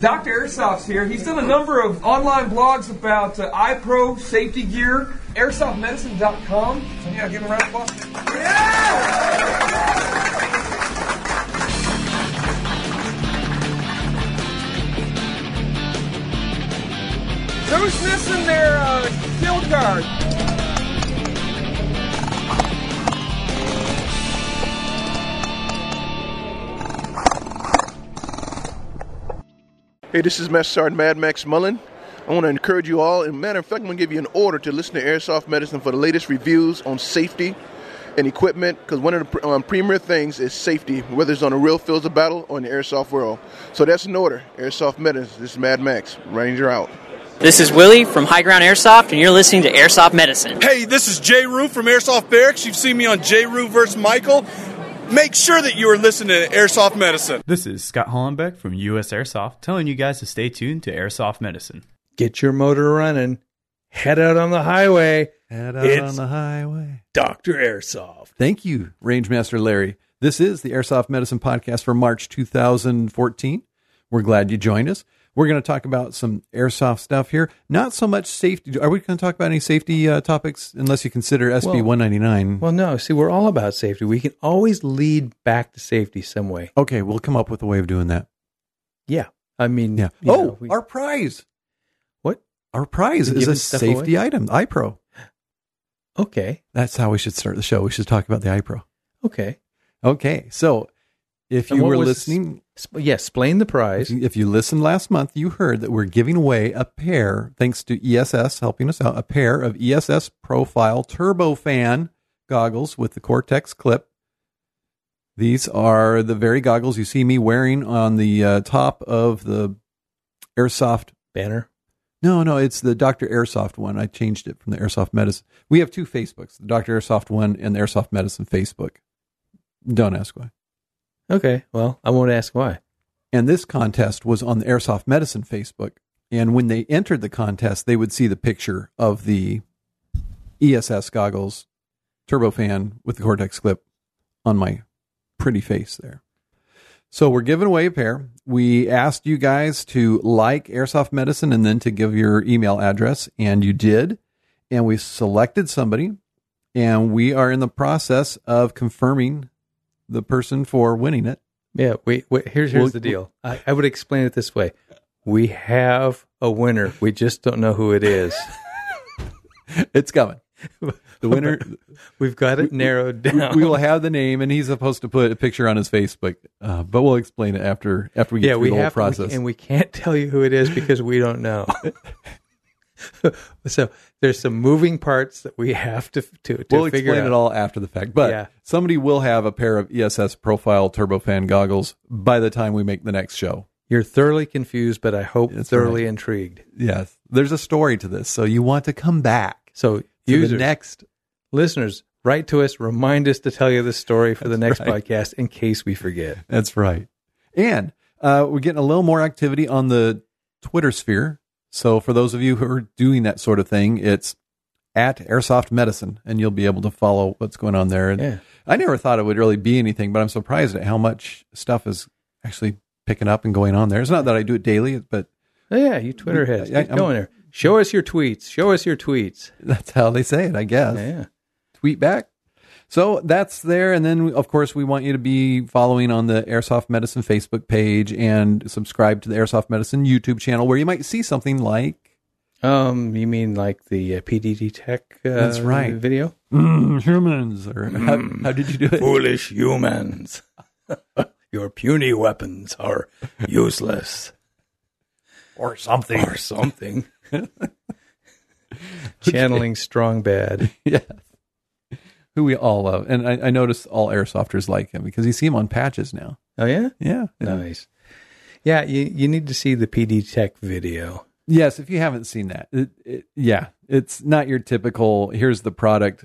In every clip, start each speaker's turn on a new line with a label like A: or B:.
A: Dr. Airsoft's here. He's done a number of online blogs about uh, iPro safety gear, airsoftmedicine.com. So, yeah, give him a round of applause. Yeah! Who's missing their uh, field guard?
B: Hey, this is Master Sergeant Mad Max Mullen. I want to encourage you all. And matter of fact, I'm going to give you an order to listen to Airsoft Medicine for the latest reviews on safety and equipment. Because one of the pr- um, premier things is safety, whether it's on the real fields of battle or in the airsoft world. So that's an order. Airsoft Medicine. This is Mad Max. Ranger out.
C: This is Willie from High Ground Airsoft, and you're listening to Airsoft Medicine.
D: Hey, this is Jay Rue from Airsoft Barracks. You've seen me on Jay Rue versus Michael. Make sure that you are listening to Airsoft Medicine.
E: This is Scott Hollenbeck from US Airsoft telling you guys to stay tuned to Airsoft Medicine.
F: Get your motor running. Head out on the highway.
G: Head out
F: It's-
G: on the highway.
F: Dr. Airsoft.
G: Thank you, Rangemaster Larry. This is the Airsoft Medicine Podcast for March 2014. We're glad you joined us. We're going to talk about some airsoft stuff here. Not so much safety. Are we going to talk about any safety uh, topics unless you consider SB
F: Well-
G: 199?
F: Well, no, see, we're all about safety. We can always lead back to safety some way.
G: okay, we'll come up with a way of doing that.
F: Yeah. I mean,
G: Yeah.
F: you
G: oh,
F: know, we-
G: our prize.
F: what?
G: Our prize
F: You
G: is
F: giving
G: a
F: stuff
G: safety item, iPro.
F: Okay.
G: That's how we should start the show. We should talk about the iPro.
F: Okay.
G: Okay, so if
F: And
G: you
F: what
G: were
F: was-
G: listening, Mm-hmm.
F: Sp- yeah, explain the prize.
G: If you listened last month, you heard that we're giving away a pair, thanks to ESS helping us out, a pair of ESS Profile Turbofan goggles with the Cortex clip. These are the very goggles you see me wearing on the uh, top of the Airsoft.
F: Banner.
G: No, no, it's the Dr. Airsoft one. I changed it from the Airsoft Medicine. We have two Facebooks, the Dr. Airsoft one and the Airsoft Medicine Facebook. Don't ask why.
F: Okay. Well, I won't ask why.
G: And this contest was on the Airsoft Medicine Facebook. And when they entered the contest, they would see the picture of the ESS goggles, turbofan with the Cortex clip on my pretty face there. So we're giving away a pair. We asked you guys to like Airsoft Medicine and then to give your email address, and you did. And we selected somebody, and we are in the process of confirming the person for winning it.
F: Yeah. Wait. wait here's here's
G: Well,
F: the deal. I, I would explain it this way. We have a winner. We just don't know who it is.
G: It's coming. The winner,
F: We've got it narrowed down.
G: we will have the name, and he's supposed to put a picture on his Facebook. Uh, but we'll explain it after after we get
F: yeah,
G: through
F: we
G: the whole
F: have
G: process.
F: and we can't tell you who it is because we don't know. so there's some moving parts that we have to to, to
G: will
F: figure
G: explain
F: out.
G: it all after the fact. But
F: Yeah.
G: somebody will have a pair of ESS Profile Turbofan goggles by the time we make the next show.
F: You're thoroughly confused, but I hope
G: That's
F: thoroughly intrigued.
G: Yes, there's a story to this, so you want to come back
F: So
G: to
F: users,
G: the next.
F: listeners, write to us, remind us to tell you the story for the next
G: right.
F: podcast in case we forget.
G: That's right. And uh, we're getting a little more activity on the Twitter sphere. So for those of you who are doing that sort of thing, it's at Airsoft Medicine, and you'll be able to follow what's going on there. And
F: Yeah.
G: I never thought it would really be anything, but I'm surprised at how much stuff is actually picking up and going on there. It's not that I do it daily, but
F: Oh, yeah, you Twitter heads,
G: I-
F: get
G: I'm-
F: going there. Show us your tweets. Show us your tweets.
G: that's how they say it, I guess.
F: Yeah.
G: Tweet back. So that's there. And then, of course, we want you to be following on the Airsoft Medicine Facebook page and subscribe to the Airsoft Medicine YouTube channel where you might see something like
F: Um, you mean like the uh, PDD Tech? Uh,
G: That's right.
F: Video.
G: "Mm, humans or how, how did you do it?
D: Foolish humans. Your puny weapons are useless.
G: Or something.
D: Or something.
F: Channeling strong bad.
G: yeah. Who we all love. And I, I noticed all airsofters like him because you see him on patches now.
F: Oh yeah,
G: Yeah.
F: nice. Yeah, you you need to see the PD Tech video.
G: Yes, if you haven't seen that, it, it, yeah, it's not your typical. Here's the product.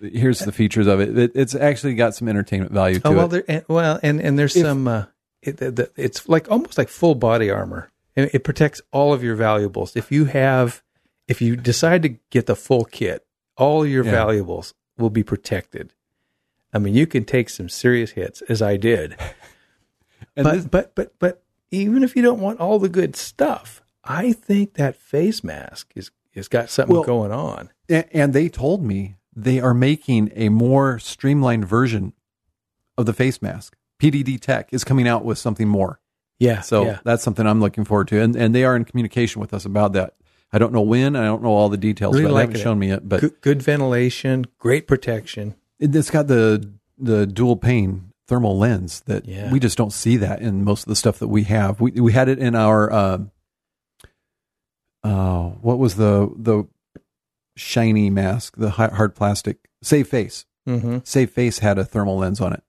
G: Here's the features of it. it it's actually got some entertainment value to
F: Oh well,
G: it.
F: there and, well, and and there's
G: If-
F: some. Uh, it, the, the, it's like almost like full body armor. It, it protects all of your valuables. If you have, if you decide to get the full kit, all your
G: Yeah.
F: valuables will be protected. I mean, you can take some serious hits, as I did.
G: And
F: but
G: this-
F: but but but even if you don't want all the good stuff, I think that face mask is has got something
G: Well-
F: going on.
G: A- and they told me they are making a more streamlined version of the face mask. PDD Tech is coming out with something more.
F: Yeah.
G: So
F: yeah.
G: that's something I'm looking forward to. And, and they are in communication with us about that. I don't know when, and I don't know all the details,
F: Really
G: but they
F: liking
G: haven't
F: it.
G: shown me yet. But
F: good, good ventilation, great protection.
G: it, it's got the the dual pane thermal lens that
F: Yeah.
G: we just don't see that in most of the stuff that we have. We we had it in our um uh, what was the the shiny mask, the hi- hard plastic Save Face.
F: Mm-hmm.
G: Save Face had a thermal lens on it.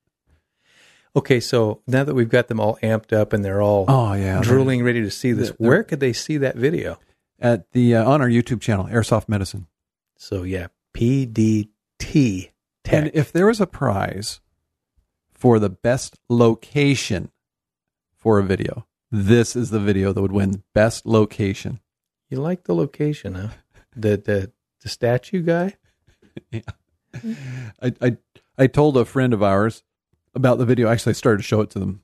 F: Okay, so now that we've got them all amped up and they're all
G: Oh yeah,
F: drooling, ready to see this,
G: They're- they're-
F: where could they see that video?
G: at the uh, on our YouTube channel, Airsoft Medicine.
F: So yeah, PDT Tech.
G: And if there was a prize for the best location for a video, this is the video that would win best location.
F: you like the location, huh? The the the statue guy.
G: I, I I told a friend of ours about the video. Actually, I started to show it to them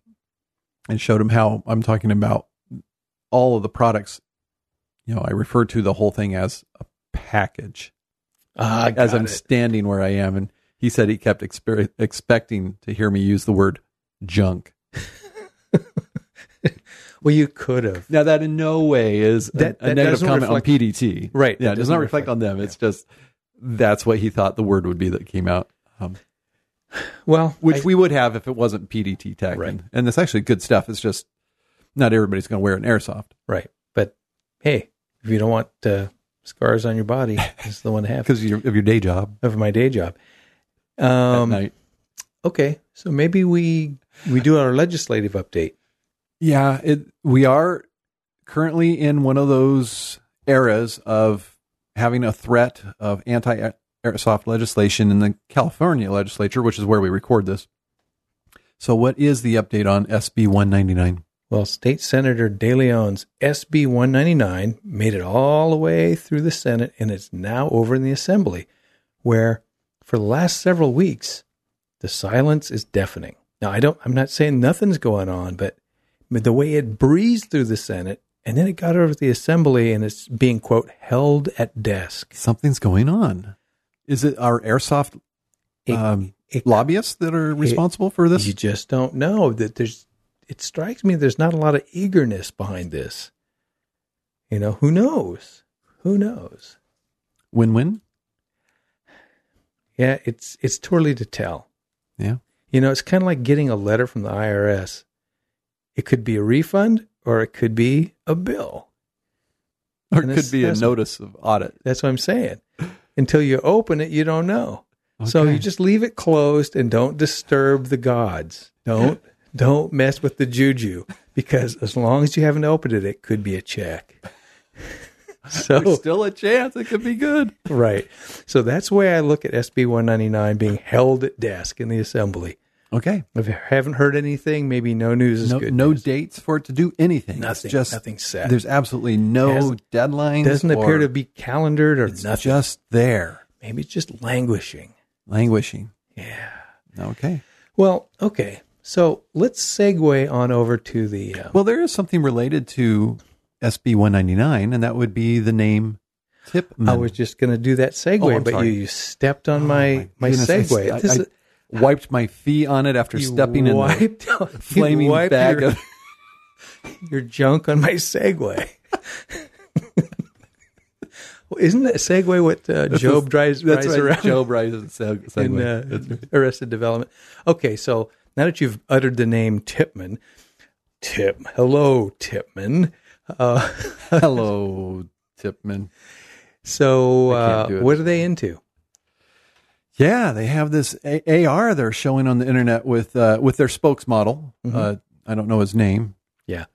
G: and showed them how I'm talking about all of the products. You know, I refer to the whole thing as a package
F: Ah,
G: as I'm
F: got it.
G: standing where I am, and he said he kept exper- expecting to hear me use the word junk.
F: well, you could have.
G: Now, that in no way is a-
F: That-
G: a,
F: that
G: negative
F: doesn't
G: comment
F: reflect-
G: on PDT,
F: Right,
G: Yeah,
F: that
G: it does not
F: doesn't
G: reflect,
F: reflect-
G: on them. It's just that's what he thought the word would be that came out. Um,
F: Well,
G: which
F: I-
G: we would have if it wasn't PDT tech.
F: Right.
G: And, and it's actually good stuff. It's just not everybody's going to wear an airsoft
F: right, but hey, if you don't want uh, scars on your body, this is the one to have
G: because of your, of your day job
F: of my day job.
G: at
F: Um,
G: night.
F: okay, so maybe we we do our legislative update.
G: Yeah, it, we are currently in one of those eras of having a threat of anti airsoft legislation in the California legislature, which is where we record this. So, what is the update on SB 199?
F: Well, State Senator De Leon's SB 199 made it all the way through the Senate and it's now over in the Assembly, where for the last several weeks, the silence is deafening. Now, I don't, I'm not saying nothing's going on, but but the way it breezed through the Senate and then it got over to the Assembly and it's being, quote, held at desk.
G: Something's going on. Is it our airsoft
F: It-
G: um,
F: it-
G: lobbyists that are responsible for this?
F: You just don't know that there's. It strikes me there's not a lot of eagerness behind this. You know, who knows? Who knows?
G: Win win?
F: Yeah, it's it's too early to tell.
G: Yeah.
F: You know, it's kind of like getting a letter from the IRS. It could be a refund or it could be a bill.
G: Or
F: And
G: it could be a
F: assessment.
G: notice of audit.
F: That's what I'm saying. Until you open it, you don't know. So
G: Okay.
F: you just leave it closed and don't disturb the gods. Don't don't mess with the juju because as long as you haven't opened it, it could be a check.
G: There's
F: So
G: still a chance it could be good.
F: right. So that's the way I look at SB 199 being held at desk in the assembly.
G: Okay.
F: If you haven't heard anything, maybe no news is
G: No,
F: good.
G: no
F: news.
G: dates for it to do anything. It's
F: Nothing-
G: Just
F: nothing's set.
G: There's absolutely no
F: Hasn't-
G: deadlines.
F: doesn't appear
G: or-
F: to be calendared or
G: It's
F: nothing.
G: just there,
F: maybe it's just languishing.
G: languishing.
F: Yeah.
G: Okay.
F: Well, okay. So let's segue on over to the. Uh,
G: Well, there is something related to SB 199, and that would be the name Tipman.
F: I was just going to do that segue,
G: Oh, I'm
F: but you,
G: sorry.
F: you stepped on
G: Oh,
F: my my,
G: goodness, I-
F: segue.
G: I,
F: This
G: I
F: is-
G: wiped my fee on it after
F: you
G: stepping in the
F: wiped, you
G: flaming
F: wiped
G: bag
F: your,
G: of.
F: your junk on my segue. well, isn't that segue what uh, Job drives,
G: That's
F: drives
G: right.
F: around?
G: Job rises. seg-
F: in
G: segue.
F: uh, Arrested Development. Okay, so now that you've uttered the name Tipman, Tip, hello Tipman. Uh,
G: Hello, Tipman.
F: so
G: I can't
F: uh,
G: do it.
F: what are they into?
G: Yeah, they have this A- AR they're showing on the internet with uh, with their spokesmodel. Uh, I don't know his name.
F: Yeah.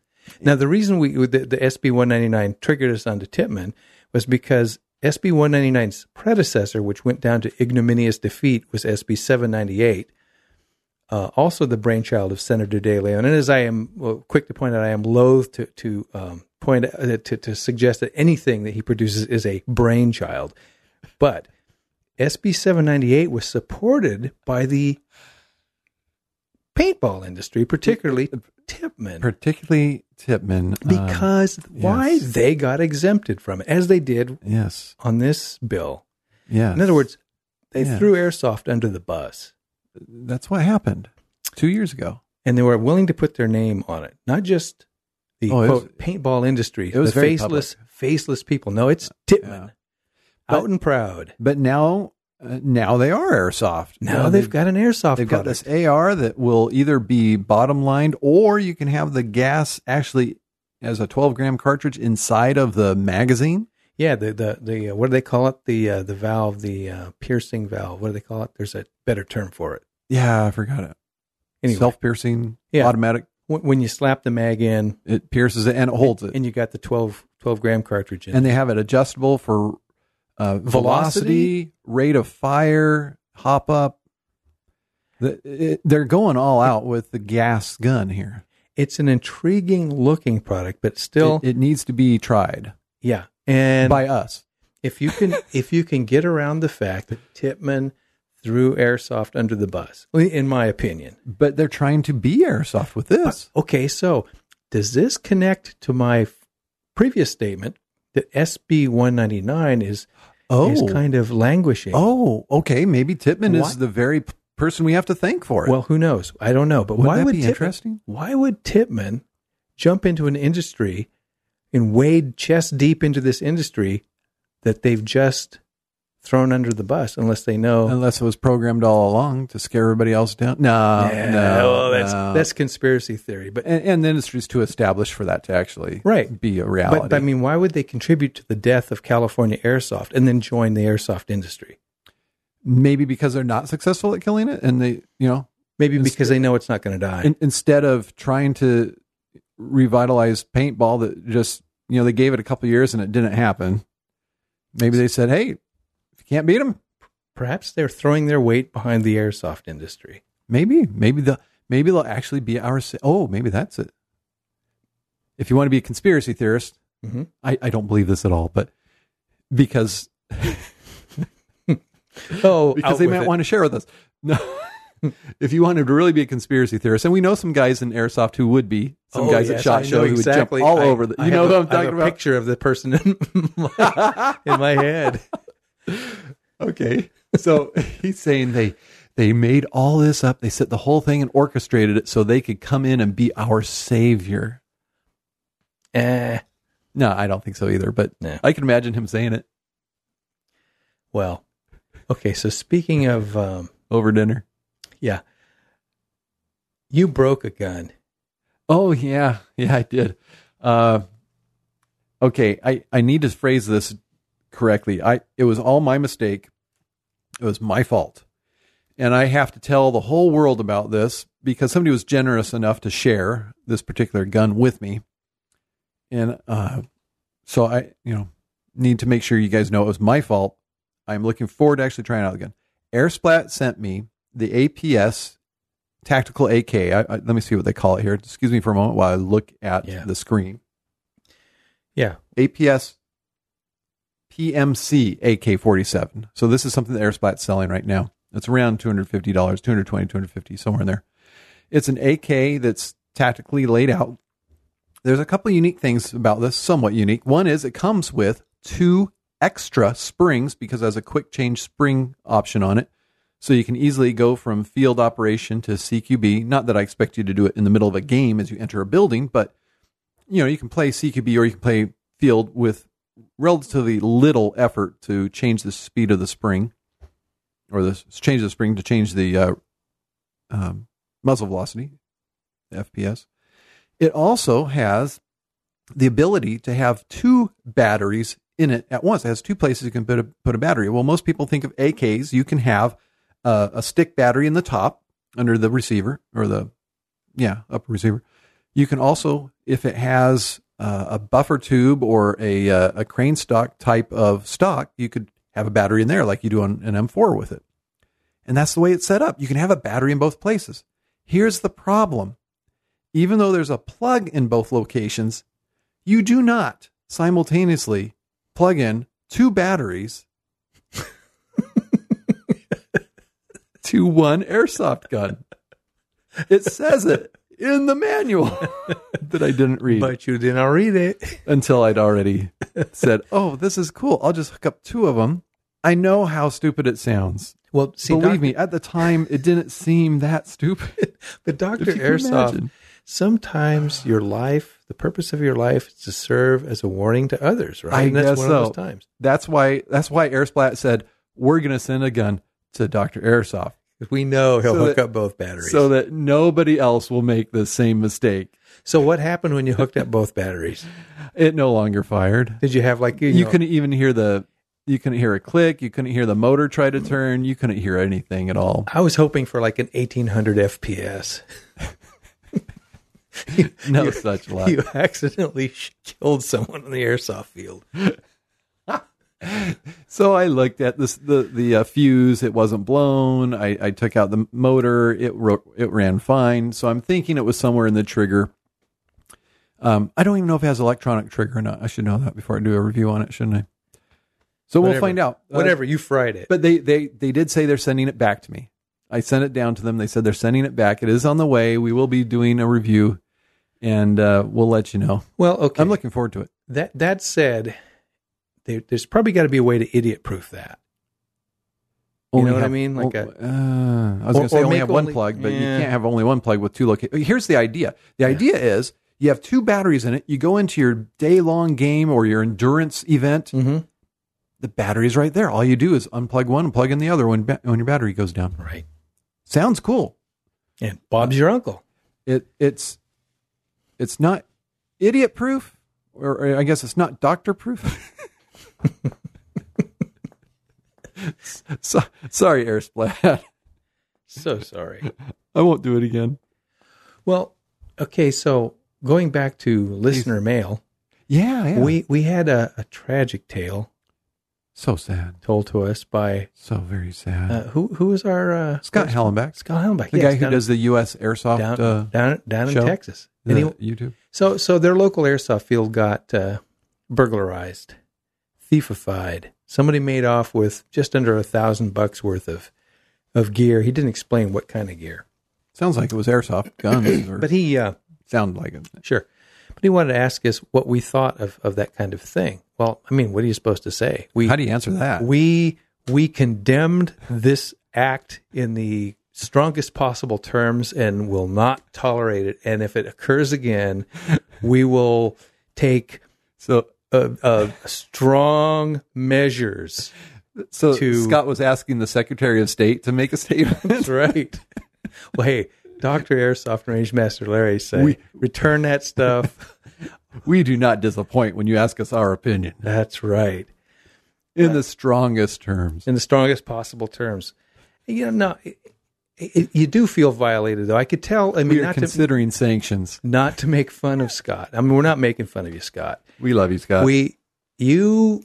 F: Now the reason we the, the SB 199 triggered us onto Tipman was because SB 199's predecessor, which went down to ignominious defeat, was SB 798. Uh, also, the brainchild of Senator De Leon, and as I am well, quick to point out, I am loath to to um, point uh, to, to suggest that anything that he produces is a brainchild. But SB 798 was supported by the paintball industry, particularly Tipman.
G: particularly Tipman. um,
F: because why
G: yes.
F: they got exempted from it, as they did
G: yes,
F: on this bill.
G: yeah.
F: In other words, they
G: Yes.
F: threw airsoft under the bus,
G: that's what happened two years ago.
F: and they were willing to put their name on it, not just the
G: Oh, it was-
F: quote paintball industry,
G: it was
F: the
G: very
F: faceless, faceless people. No, it's Tipman,
G: But-
F: out and proud.
G: But now, uh, now they are airsoft.
F: Now
G: Uh,
F: they've got an airsoft
G: they've got
F: product.
G: this AR that will either be bottom lined or you can have the gas actually as a 12 gram cartridge inside of the magazine.
F: Yeah, the the the uh, what do they call it? The uh, the valve, the uh, piercing valve. What do they call it? There's a better term for it.
G: Yeah, I forgot it.
F: Anyway,
G: Self piercing,
F: Yeah.
G: automatic.
F: when, when you slap the mag in,
G: It pierces it and it holds it.
F: and you got the 12, 12 gram cartridge in,
G: and they have it adjustable for uh, velocity, rate of fire, hop up. The, it, they're going all out with the gas gun here.
F: it's an intriguing looking product, but still,
G: it, it needs to be tried
F: yeah. And
G: by us.
F: if you can if you can get around the fact that Tipman threw airsoft under the bus, in my opinion. Uh,
G: But they're trying to be airsoft with this.
F: Okay, so does this connect to my f- previous statement that SB one ninety nine is is kind of languishing?
G: Oh, okay. Maybe Tipman is
F: Why-
G: the very p- person we have to thank for it.
F: Well, who knows? I don't know. But
G: Wouldn't
F: why
G: that
F: would
G: be
F: Tipman-
G: interesting?
F: Why would Tipman jump into an industry and wade chest deep into this industry that they've just thrown under the bus unless they know?
G: unless it was programmed all along to scare everybody else down. No,
F: Yeah,
G: no,
F: well, that's
G: no.
F: that's conspiracy theory. But
G: and, and the industry's too established for that to actually
F: Right.
G: be a reality.
F: but, but I mean, why would they contribute to the death of California airsoft and then join the airsoft industry?
G: maybe because they're not successful at killing it, and they, you know,
F: Maybe
G: It's-
F: because they know it's not going to die.
G: in, instead of trying to revitalize paintball, that just you know they gave it a couple years and it didn't happen. Maybe they said, "Hey, if you can't beat them,
F: Perhaps they're throwing their weight behind the airsoft industry.
G: Maybe, maybe the maybe they'll actually be our. sa- Oh, maybe that's it. If you want to be a conspiracy theorist,
F: Mhm.
G: I, I don't believe this at all, but because
F: Oh,
G: because
F: out
G: they
F: with
G: might
F: it.
G: want to share with us. No, if you wanted to really be a conspiracy theorist, and we know some guys in airsoft who would be some
F: Oh,
G: guys
F: yes,
G: at shot
F: I
G: show
F: know
G: who
F: exactly.
G: would jump all
F: I-
G: over. The,
F: I
G: you know
F: have
G: what
F: a- I
G: I'm
F: have
G: talking
F: a
G: about?
F: picture of the person in my, in my head.
G: Okay, so he's saying they they made all this up. They set the whole thing and orchestrated it so they could come in and be our savior.
F: Eh,
G: No, I don't think so either. But
F: No.
G: I can imagine him saying it
F: well, okay. So speaking of, um,
G: over dinner.
F: yeah, you broke a gun.
G: Oh yeah, yeah, I did. Uh, okay, I I need to phrase this correctly. I it was all my mistake. It was my fault, and I have to tell the whole world about this because somebody was generous enough to share this particular gun with me, and uh, so I you know need to make sure you guys know it was my fault. I'm looking forward to actually trying out the gun. Airsplat sent me the APS tactical AK. I, I, let me see what they call it here. Excuse me for a moment while I look at
F: Yeah.
G: the screen.
F: Yeah,
G: APS PMC AK 47. So this is something that Airsplat's selling right now. It's around $250, 220, 250, somewhere in there. It's an AK that's tactically laid out. There's a couple unique things about this, somewhat unique. One is it comes with two extra springs because it has a quick change spring option on it. So you can easily go from field operation to CQB. Not that I expect you to do it in the middle of a game as you enter a building, but you know, you can play CQB or you can play field with relatively little effort to change the speed of the spring or the change the spring to change the uh, um, muzzle velocity, the FPS. It also has the ability to have two batteries in it at once. It has two places you can put a, put a battery. Well, most people think of AKs. You can have uh, a stick battery in the top under the receiver or the yeah upper receiver. You can also, if it has uh, a buffer tube or a, uh, a crane stock type of stock, you could have a battery in there like you do on an M4 with it. And that's the way it's set up. You can have a battery in both places. Here's the problem even though there's a plug in both locations, you do not simultaneously plug in two batteries to one airsoft gun. It says it in the manual that I didn't read
F: But you didn't read it.
G: until I'd already said, "Oh, this is cool. I'll just hook up two of them." I know how stupid it sounds.
F: Well, see,
G: Believe
F: Doc-
G: me, at the time it didn't seem that stupid.
F: But Dr.
G: If you can
F: Airsoft,
G: imagine.
F: sometimes your life, the purpose of your life is to serve as a warning to others, right?
G: I
F: and that's
G: guess
F: one
G: so.
F: of those times.
G: That's why that's why Airsplat said we're going to send a gun to Dr. Airsoft
F: If we know he'll
G: So
F: hook
G: that-
F: up both batteries.
G: so that nobody else will make the same mistake.
F: so what happened when you hooked up both batteries?
G: It no longer fired.
F: Did you have like you,
G: You,
F: know,
G: couldn't even hear the you couldn't hear a click, you couldn't hear the motor try to turn, you couldn't hear anything at all.
F: I was hoping for like an 1800 FPS. You-
G: No
F: you-
G: such luck.
F: You accidentally sh- killed someone on the airsoft field.
G: So I looked at this the the uh, fuse. It wasn't blown. I, I took out the motor. It ro- it ran fine. So I'm thinking it was somewhere in the trigger. Um, I don't even know if it has electronic trigger or not. I should know that before I do a review on it, shouldn't I? So we'll
F: Whatever.
G: find out. Uh,
F: Whatever, you fried it.
G: but they they they did say they're sending it back to me. I sent it down to them. They said they're sending it back. It is on the way. We will be doing a review, and uh, we'll let you know.
F: well, okay.
G: I'm looking forward to it.
F: That that said, there, there's probably got to be a way to idiot proof that. You know what I mean? Like
G: o-
F: a-
G: uh, I was
F: Or-
G: going to say
F: or
G: only
F: make
G: have one
F: only-
G: plug, but you
F: Yeah.
G: can't have only one plug with two locations. Here's the idea. The idea is you have two batteries in it. You go into your day long game or your endurance event.
F: Mhm.
G: The battery's right there. All you do is unplug one and plug in the other when ba- when your battery goes down.
F: Right.
G: Sounds cool.
F: And Bob's your uncle.
G: It it's it's not idiot proof, or, or I guess it's not doctor proof. so, sorry, Airsplat.
F: So sorry.
G: I won't do it again.
F: well, okay. So going back to listener mail,
G: Yeah, yeah.
F: we we had a, a tragic tale
G: so sad,
F: told to us by
G: so very sad.
F: uh, who who was our uh,
G: Scott Hallenbeck,
F: Scott Helmbeck,
G: the guy who does the U.S. Airsoft
F: down
G: uh,
F: down, down in
G: show.
F: Texas.
G: the
F: And he-
G: YouTube.
F: so so their local airsoft field got uh, burglarized, thiefified. Somebody made off with just under a thousand bucks worth of of gear. He didn't explain what kind of gear,
G: Sounds like it was Airsoft guns, or
F: but he uh,
G: sound like it.
F: Sure. But he wanted to ask us what we thought of, of that kind of thing. Well, I mean, what are you supposed to say? We
G: How do you answer that?
F: we we condemned this act in the strongest possible terms and will not tolerate it. And if it occurs again, we will take
G: so,
F: uh, uh, strong measures.
G: so
F: To-
G: Scott was asking the Secretary of State to make a statement.
F: That's right. well, hey, Doctor Airsoft and Range Master Larry say
G: We-
F: return that stuff.
G: we do not disappoint when you ask us our opinion
F: That's right.
G: in the strongest terms.
F: in the strongest possible terms. You know, no, it, it, you do feel violated, though. I could tell. I mean,
G: We are
F: not to
G: considering sanctions.
F: not to make fun of Scott. I mean, we're not making fun of you, Scott.
G: We love you, Scott.
F: we, you,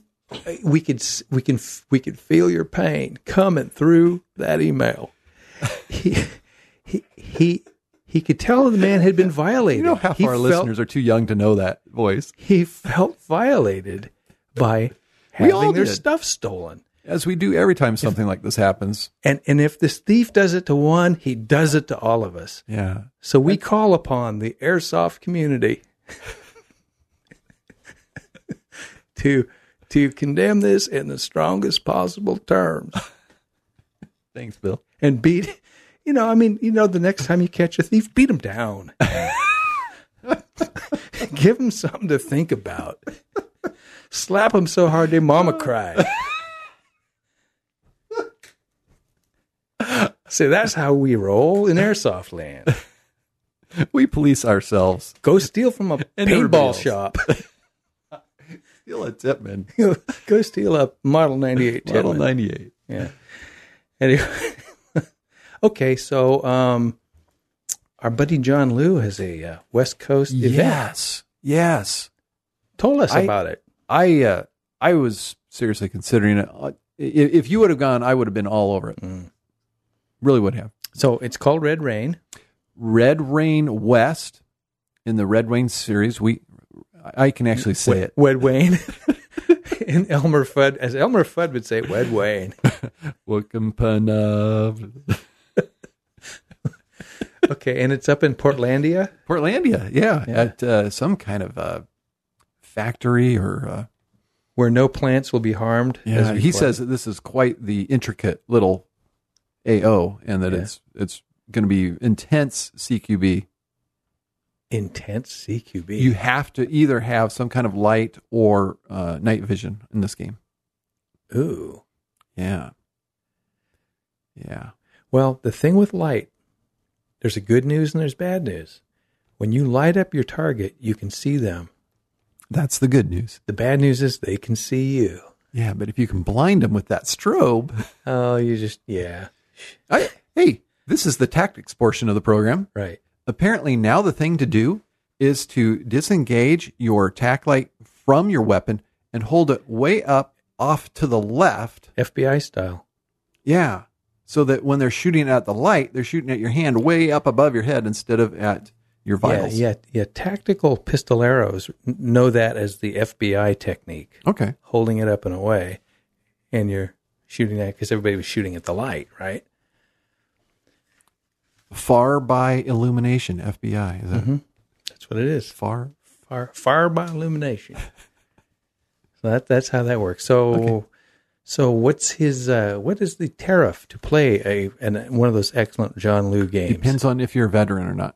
F: we could s- we can f- we could feel your pain coming through that email. He he he he could tell the man had been violated.
G: you know, half
F: he
G: our
F: felt,
G: listeners are too young to know that voice.
F: He felt violated by
G: We all
F: having their
G: did.
F: stuff stolen.
G: As we do every time something like this happens.
F: And and if this thief does it to one, he does it to all of us.
G: Yeah.
F: So we call upon the airsoft community to to condemn this in the strongest possible terms
G: Thanks, Bill.
F: and beat you know, I mean, you know, the next time you catch a thief, beat him down. Give him something to think about. Slap him so hard their mama cried. See, that's how we roll in airsoft land.
G: We police ourselves.
F: Go steal from a
G: And everybody
F: paintball
G: else.
F: shop.
G: Feel a tip, man.
F: Go steal a Model 98
G: Model
F: Tippmann.
G: 98.
F: Yeah. Anyway. okay, so um, our buddy John Liu has a uh, West Coast event.
G: Yes. Yes.
F: Told us
G: I-
F: about it.
G: I uh, I was seriously considering it. I- If if you would have gone, I would have been all over it. Really would have.
F: So it's called Red Rain.
G: Red Rain West in the Red Rain series. We I I can actually say it.
F: Wed Wayne. and Elmer Fudd, as Elmer Fudd would say, Wed Wayne.
G: Welcome, Panub.
F: Okay, and it's up in Portlandia.
G: Portlandia, yeah, at uh, some kind of uh, factory or. Uh,
F: where no plants will be harmed. as
G: yeah,
F: we
G: he
F: play.
G: says that this is quite the intricate little AO, and that
F: Yeah.
G: it's it's going to be intense CQB.
F: intense CQB.
G: You have to either have some kind of light or uh, night vision in this game.
F: Ooh.
G: Yeah, yeah.
F: Well, the thing with light, there's a good news and there's bad news. When you light up your target, you can see them.
G: That's the good news.
F: The bad news is they can see you.
G: Yeah, but if you can blind them with that strobe,
F: Oh, you just yeah,
G: I, hey, this is the tactics portion of the program.
F: right.
G: apparently now the thing to do is to disengage your tack light from your weapon and hold it way up off to the left.
F: FBI style.
G: Yeah. So that when they're shooting at the light, they're shooting at your hand way up above your head instead of at your vitals.
F: Yeah, yeah, yeah. Tactical pistoleros n- know that as the FBI technique,
G: Okay.
F: holding it up and away, and you're shooting at because everybody was shooting at the light, right?
G: Far by illumination, FBI. Is that
F: Mm-hmm. That's what it is.
G: far?
F: far far by illumination. so that that's how that works. So so what's his uh what is the tariff to play a an, one of those excellent John Liu games?
G: Depends on if you're a veteran or not.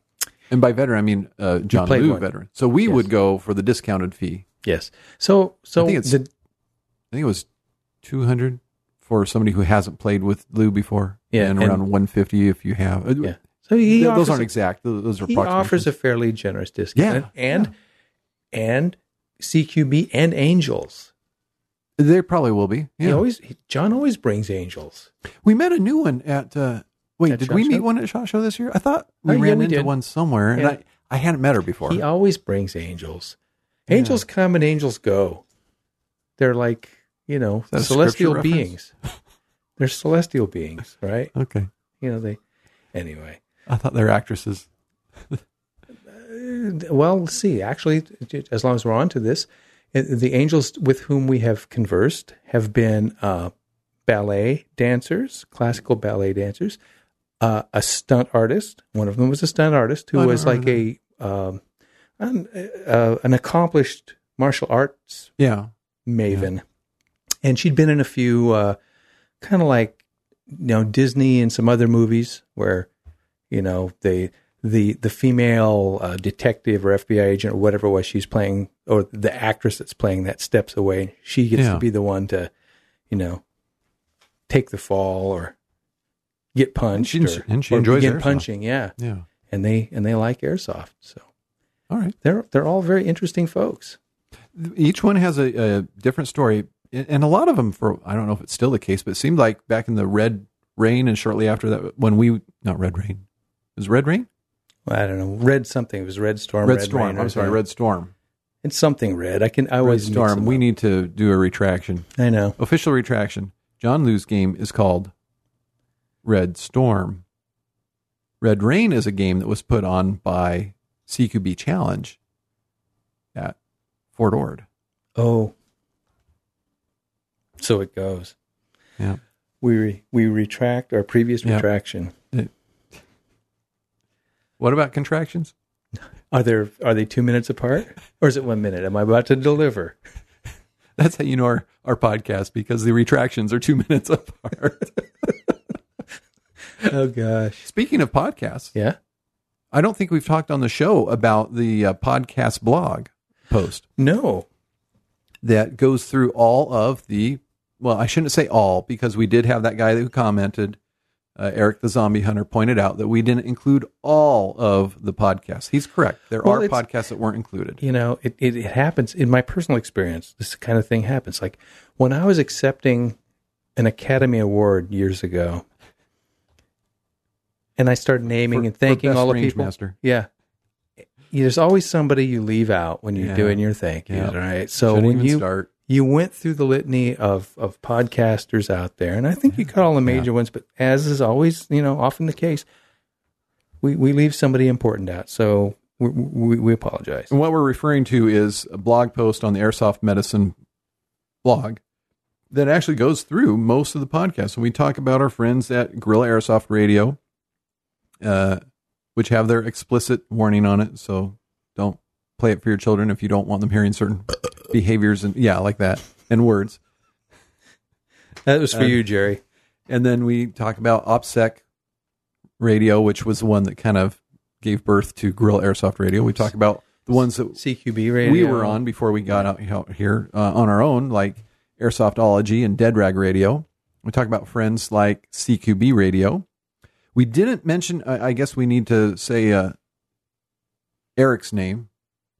G: And by veteran, I mean uh, John
F: played
G: Liu
F: one.
G: veteran. So we
F: Yes.
G: would go for the discounted fee.
F: Yes. So so
G: I think it's-
F: the,
G: I think it was 200 for somebody who hasn't played with Lou before.
F: Yeah,
G: And,
F: and-
G: around 150 if you have. Uh,
F: yeah. So he
G: Th- those
F: offers
G: aren't
F: a-
G: exact. Those, those are
F: He offers a
G: approximations.
F: fairly generous discount and and CQB and angels.
G: They probably will be.
F: He
G: Yeah.
F: always he, John always brings angels.
G: we met a new one at. Uh, wait,
F: At
G: did
F: SHOT
G: we meet
F: Show?
G: one at Shot Show this year? I thought we
F: Oh, yeah,
G: ran
F: we
G: into
F: did.
G: one somewhere,
F: Yeah.
G: and I, I hadn't met her before.
F: He always brings angels. Angels come and angels go. They're like, you know,
G: that a
F: celestial
G: scripture
F: beings. They're celestial beings, right?
G: okay.
F: You know, they anyway.
G: I thought they were actresses.
F: Well, let's see. Actually, as long as we're on to this, uh, the angels with whom we have conversed have been uh, ballet dancers, classical ballet dancers, uh, a stunt artist. One of them was a stunt artist who
G: I don't
F: was like a um, an, uh, an accomplished martial arts
G: Yeah.
F: maven, and she'd been in a few uh, kind of like you know Disney and some other movies where you know they the the female uh, detective or FBI agent or whatever it was she's playing or the actress that's playing that steps away and she gets
G: Yeah.
F: to be the one to you know take the fall or get punched
G: And she-
F: or,
G: and she
F: or
G: enjoys
F: begin
G: airsoft.
F: punching yeah
G: Yeah.
F: and they and they like airsoft so
G: All right.
F: they're they're all very interesting folks
G: each one has a, a different story and and a lot of them for i don't know if it's still the case but it seemed like back in the red rain and shortly after that when we not red rain it was red rain
F: well, I don't know red something it was red storm
G: red, storm
F: Rain or
G: i'm sorry
F: something.
G: red storm
F: It's something red. I can. I
G: red
F: always mix
G: storm
F: them
G: we
F: up.
G: need to do a retraction
F: I know.
G: official retraction john lewis game is called red storm red rain is a game that was put on by cqb challenge at fort ord
F: Oh, so it goes.
G: yeah
F: We re, we retract our previous
G: Yeah.
F: retraction.
G: what about contractions
F: Are there are they two minutes apart or is it one minute? Am I about to deliver?
G: That's how you know our, our podcast because the retractions are two minutes apart.
F: Oh gosh.
G: Speaking of podcasts,
F: Yeah.
G: I don't think we've talked on the show about the uh, podcast blog post
F: No.
G: that goes through all of the, well, I shouldn't say all because we did have that guy who commented, uh, Eric the Zombie Hunter, pointed out that we didn't include all of the podcasts. He's correct. There
F: Well,
G: are
F: it's-
G: podcasts that weren't included.
F: You know, it, it, it happens in my personal experience. This kind of thing happens. Like when I was accepting an Academy Award years ago, and I started naming
G: For-
F: and
G: for
F: thanking
G: Best
F: all the
G: Range
F: people.
G: Master.
F: Yeah. There's always somebody you leave out when you're
G: Yeah.
F: doing your thank yous,
G: Yeah.
F: all right? So
G: Shouldn't
F: when
G: even
F: you
G: start.
F: you went through the litany of of podcasters out there, and I think you got all the major ones, but as is always, you know, often the case, we we leave somebody important out. So we we, we apologize.
G: And what we're referring to is a blog post on the Airsoft Medicine blog that actually goes through most of the podcasts. And we talk about our friends at Guerrilla Airsoft Radio, uh, which have their explicit warning on it. So don't play it for your children if you don't want them hearing certain behaviors and yeah, like that and words.
F: That was for
G: Um,
F: you, Jerry.
G: And then we talk about OPSEC radio, which was the one that kind of gave birth to Grill Airsoft Radio. We talk about the ones that
F: CQB radio.
G: we were on before we got out, out here uh, on our own, like Airsoftology and Dead Rag Radio. We talk about friends like CQB Radio. We didn't mention. I, I guess we need to say uh, Eric's name,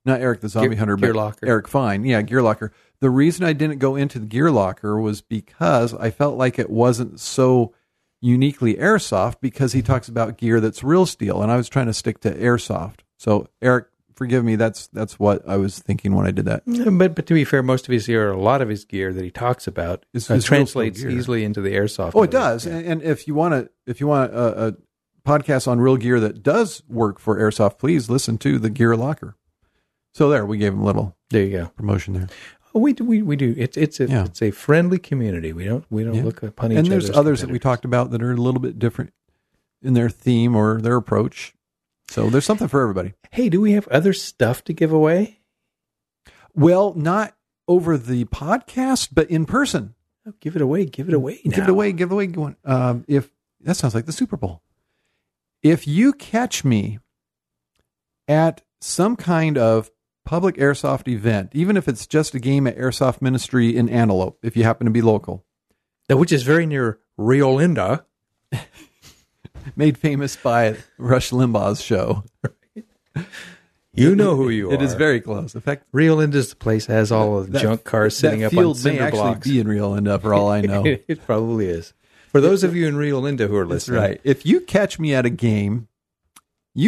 G: not Eric the Zombie
F: Gear-
G: Hunter,
F: Gear
G: but
F: Locker.
G: Eric Fine. Yeah, Gear Locker. The reason I didn't go into the Gear Locker was because I felt like it wasn't so uniquely airsoft because he talks about gear that's real steel and I was trying to stick to airsoft. So Eric, forgive me, that's that's what I was thinking when I did that.
F: But but to be fair, most of his gear, a lot of his gear that he talks about,
G: Is-
F: uh,
G: is real
F: translates
G: gear.
F: easily into the airsoft.
G: Oh, it
F: mode.
G: does.
F: Yeah.
G: And, and if you want to if you want a, a podcast on real gear that does work for airsoft, please listen to the Gear Locker. So there, we gave him a little
F: There you go.
G: promotion there.
F: Oh, we do. We, we do. It's it's a,
G: Yeah.
F: it's a friendly community. We don't we don't
G: Yeah.
F: look upon each
G: and there's
F: other's
G: others that we
F: competitors.
G: talked about that are a little bit different in their theme or their approach. So there's something for everybody.
F: Hey, do we have other stuff to give away?
G: Well, not over the podcast, but in person.
F: Oh, give it away. Give it away.
G: Give it
F: now.
G: away. Give it away. Go on. Um, if that sounds like the Super Bowl, if you catch me at some kind of public airsoft event, even if it's just a game at Airsoft Ministry in Antelope, if you happen to be local,
F: Now, which is very near Rio Linda.
G: made famous by Rush Limbaugh's show,
F: You know who you are.
G: It is very close. In fact,
F: Rio Linda's the place that has all of the
G: that-
F: junk cars sitting
G: that
F: up on
G: field may
F: cinder
G: actually
F: blocks.
G: be in Rio Linda, for all I know.
F: it probably is. For those of you in Rio Linda who are
G: That's
F: listening,
G: right. If you catch me at a game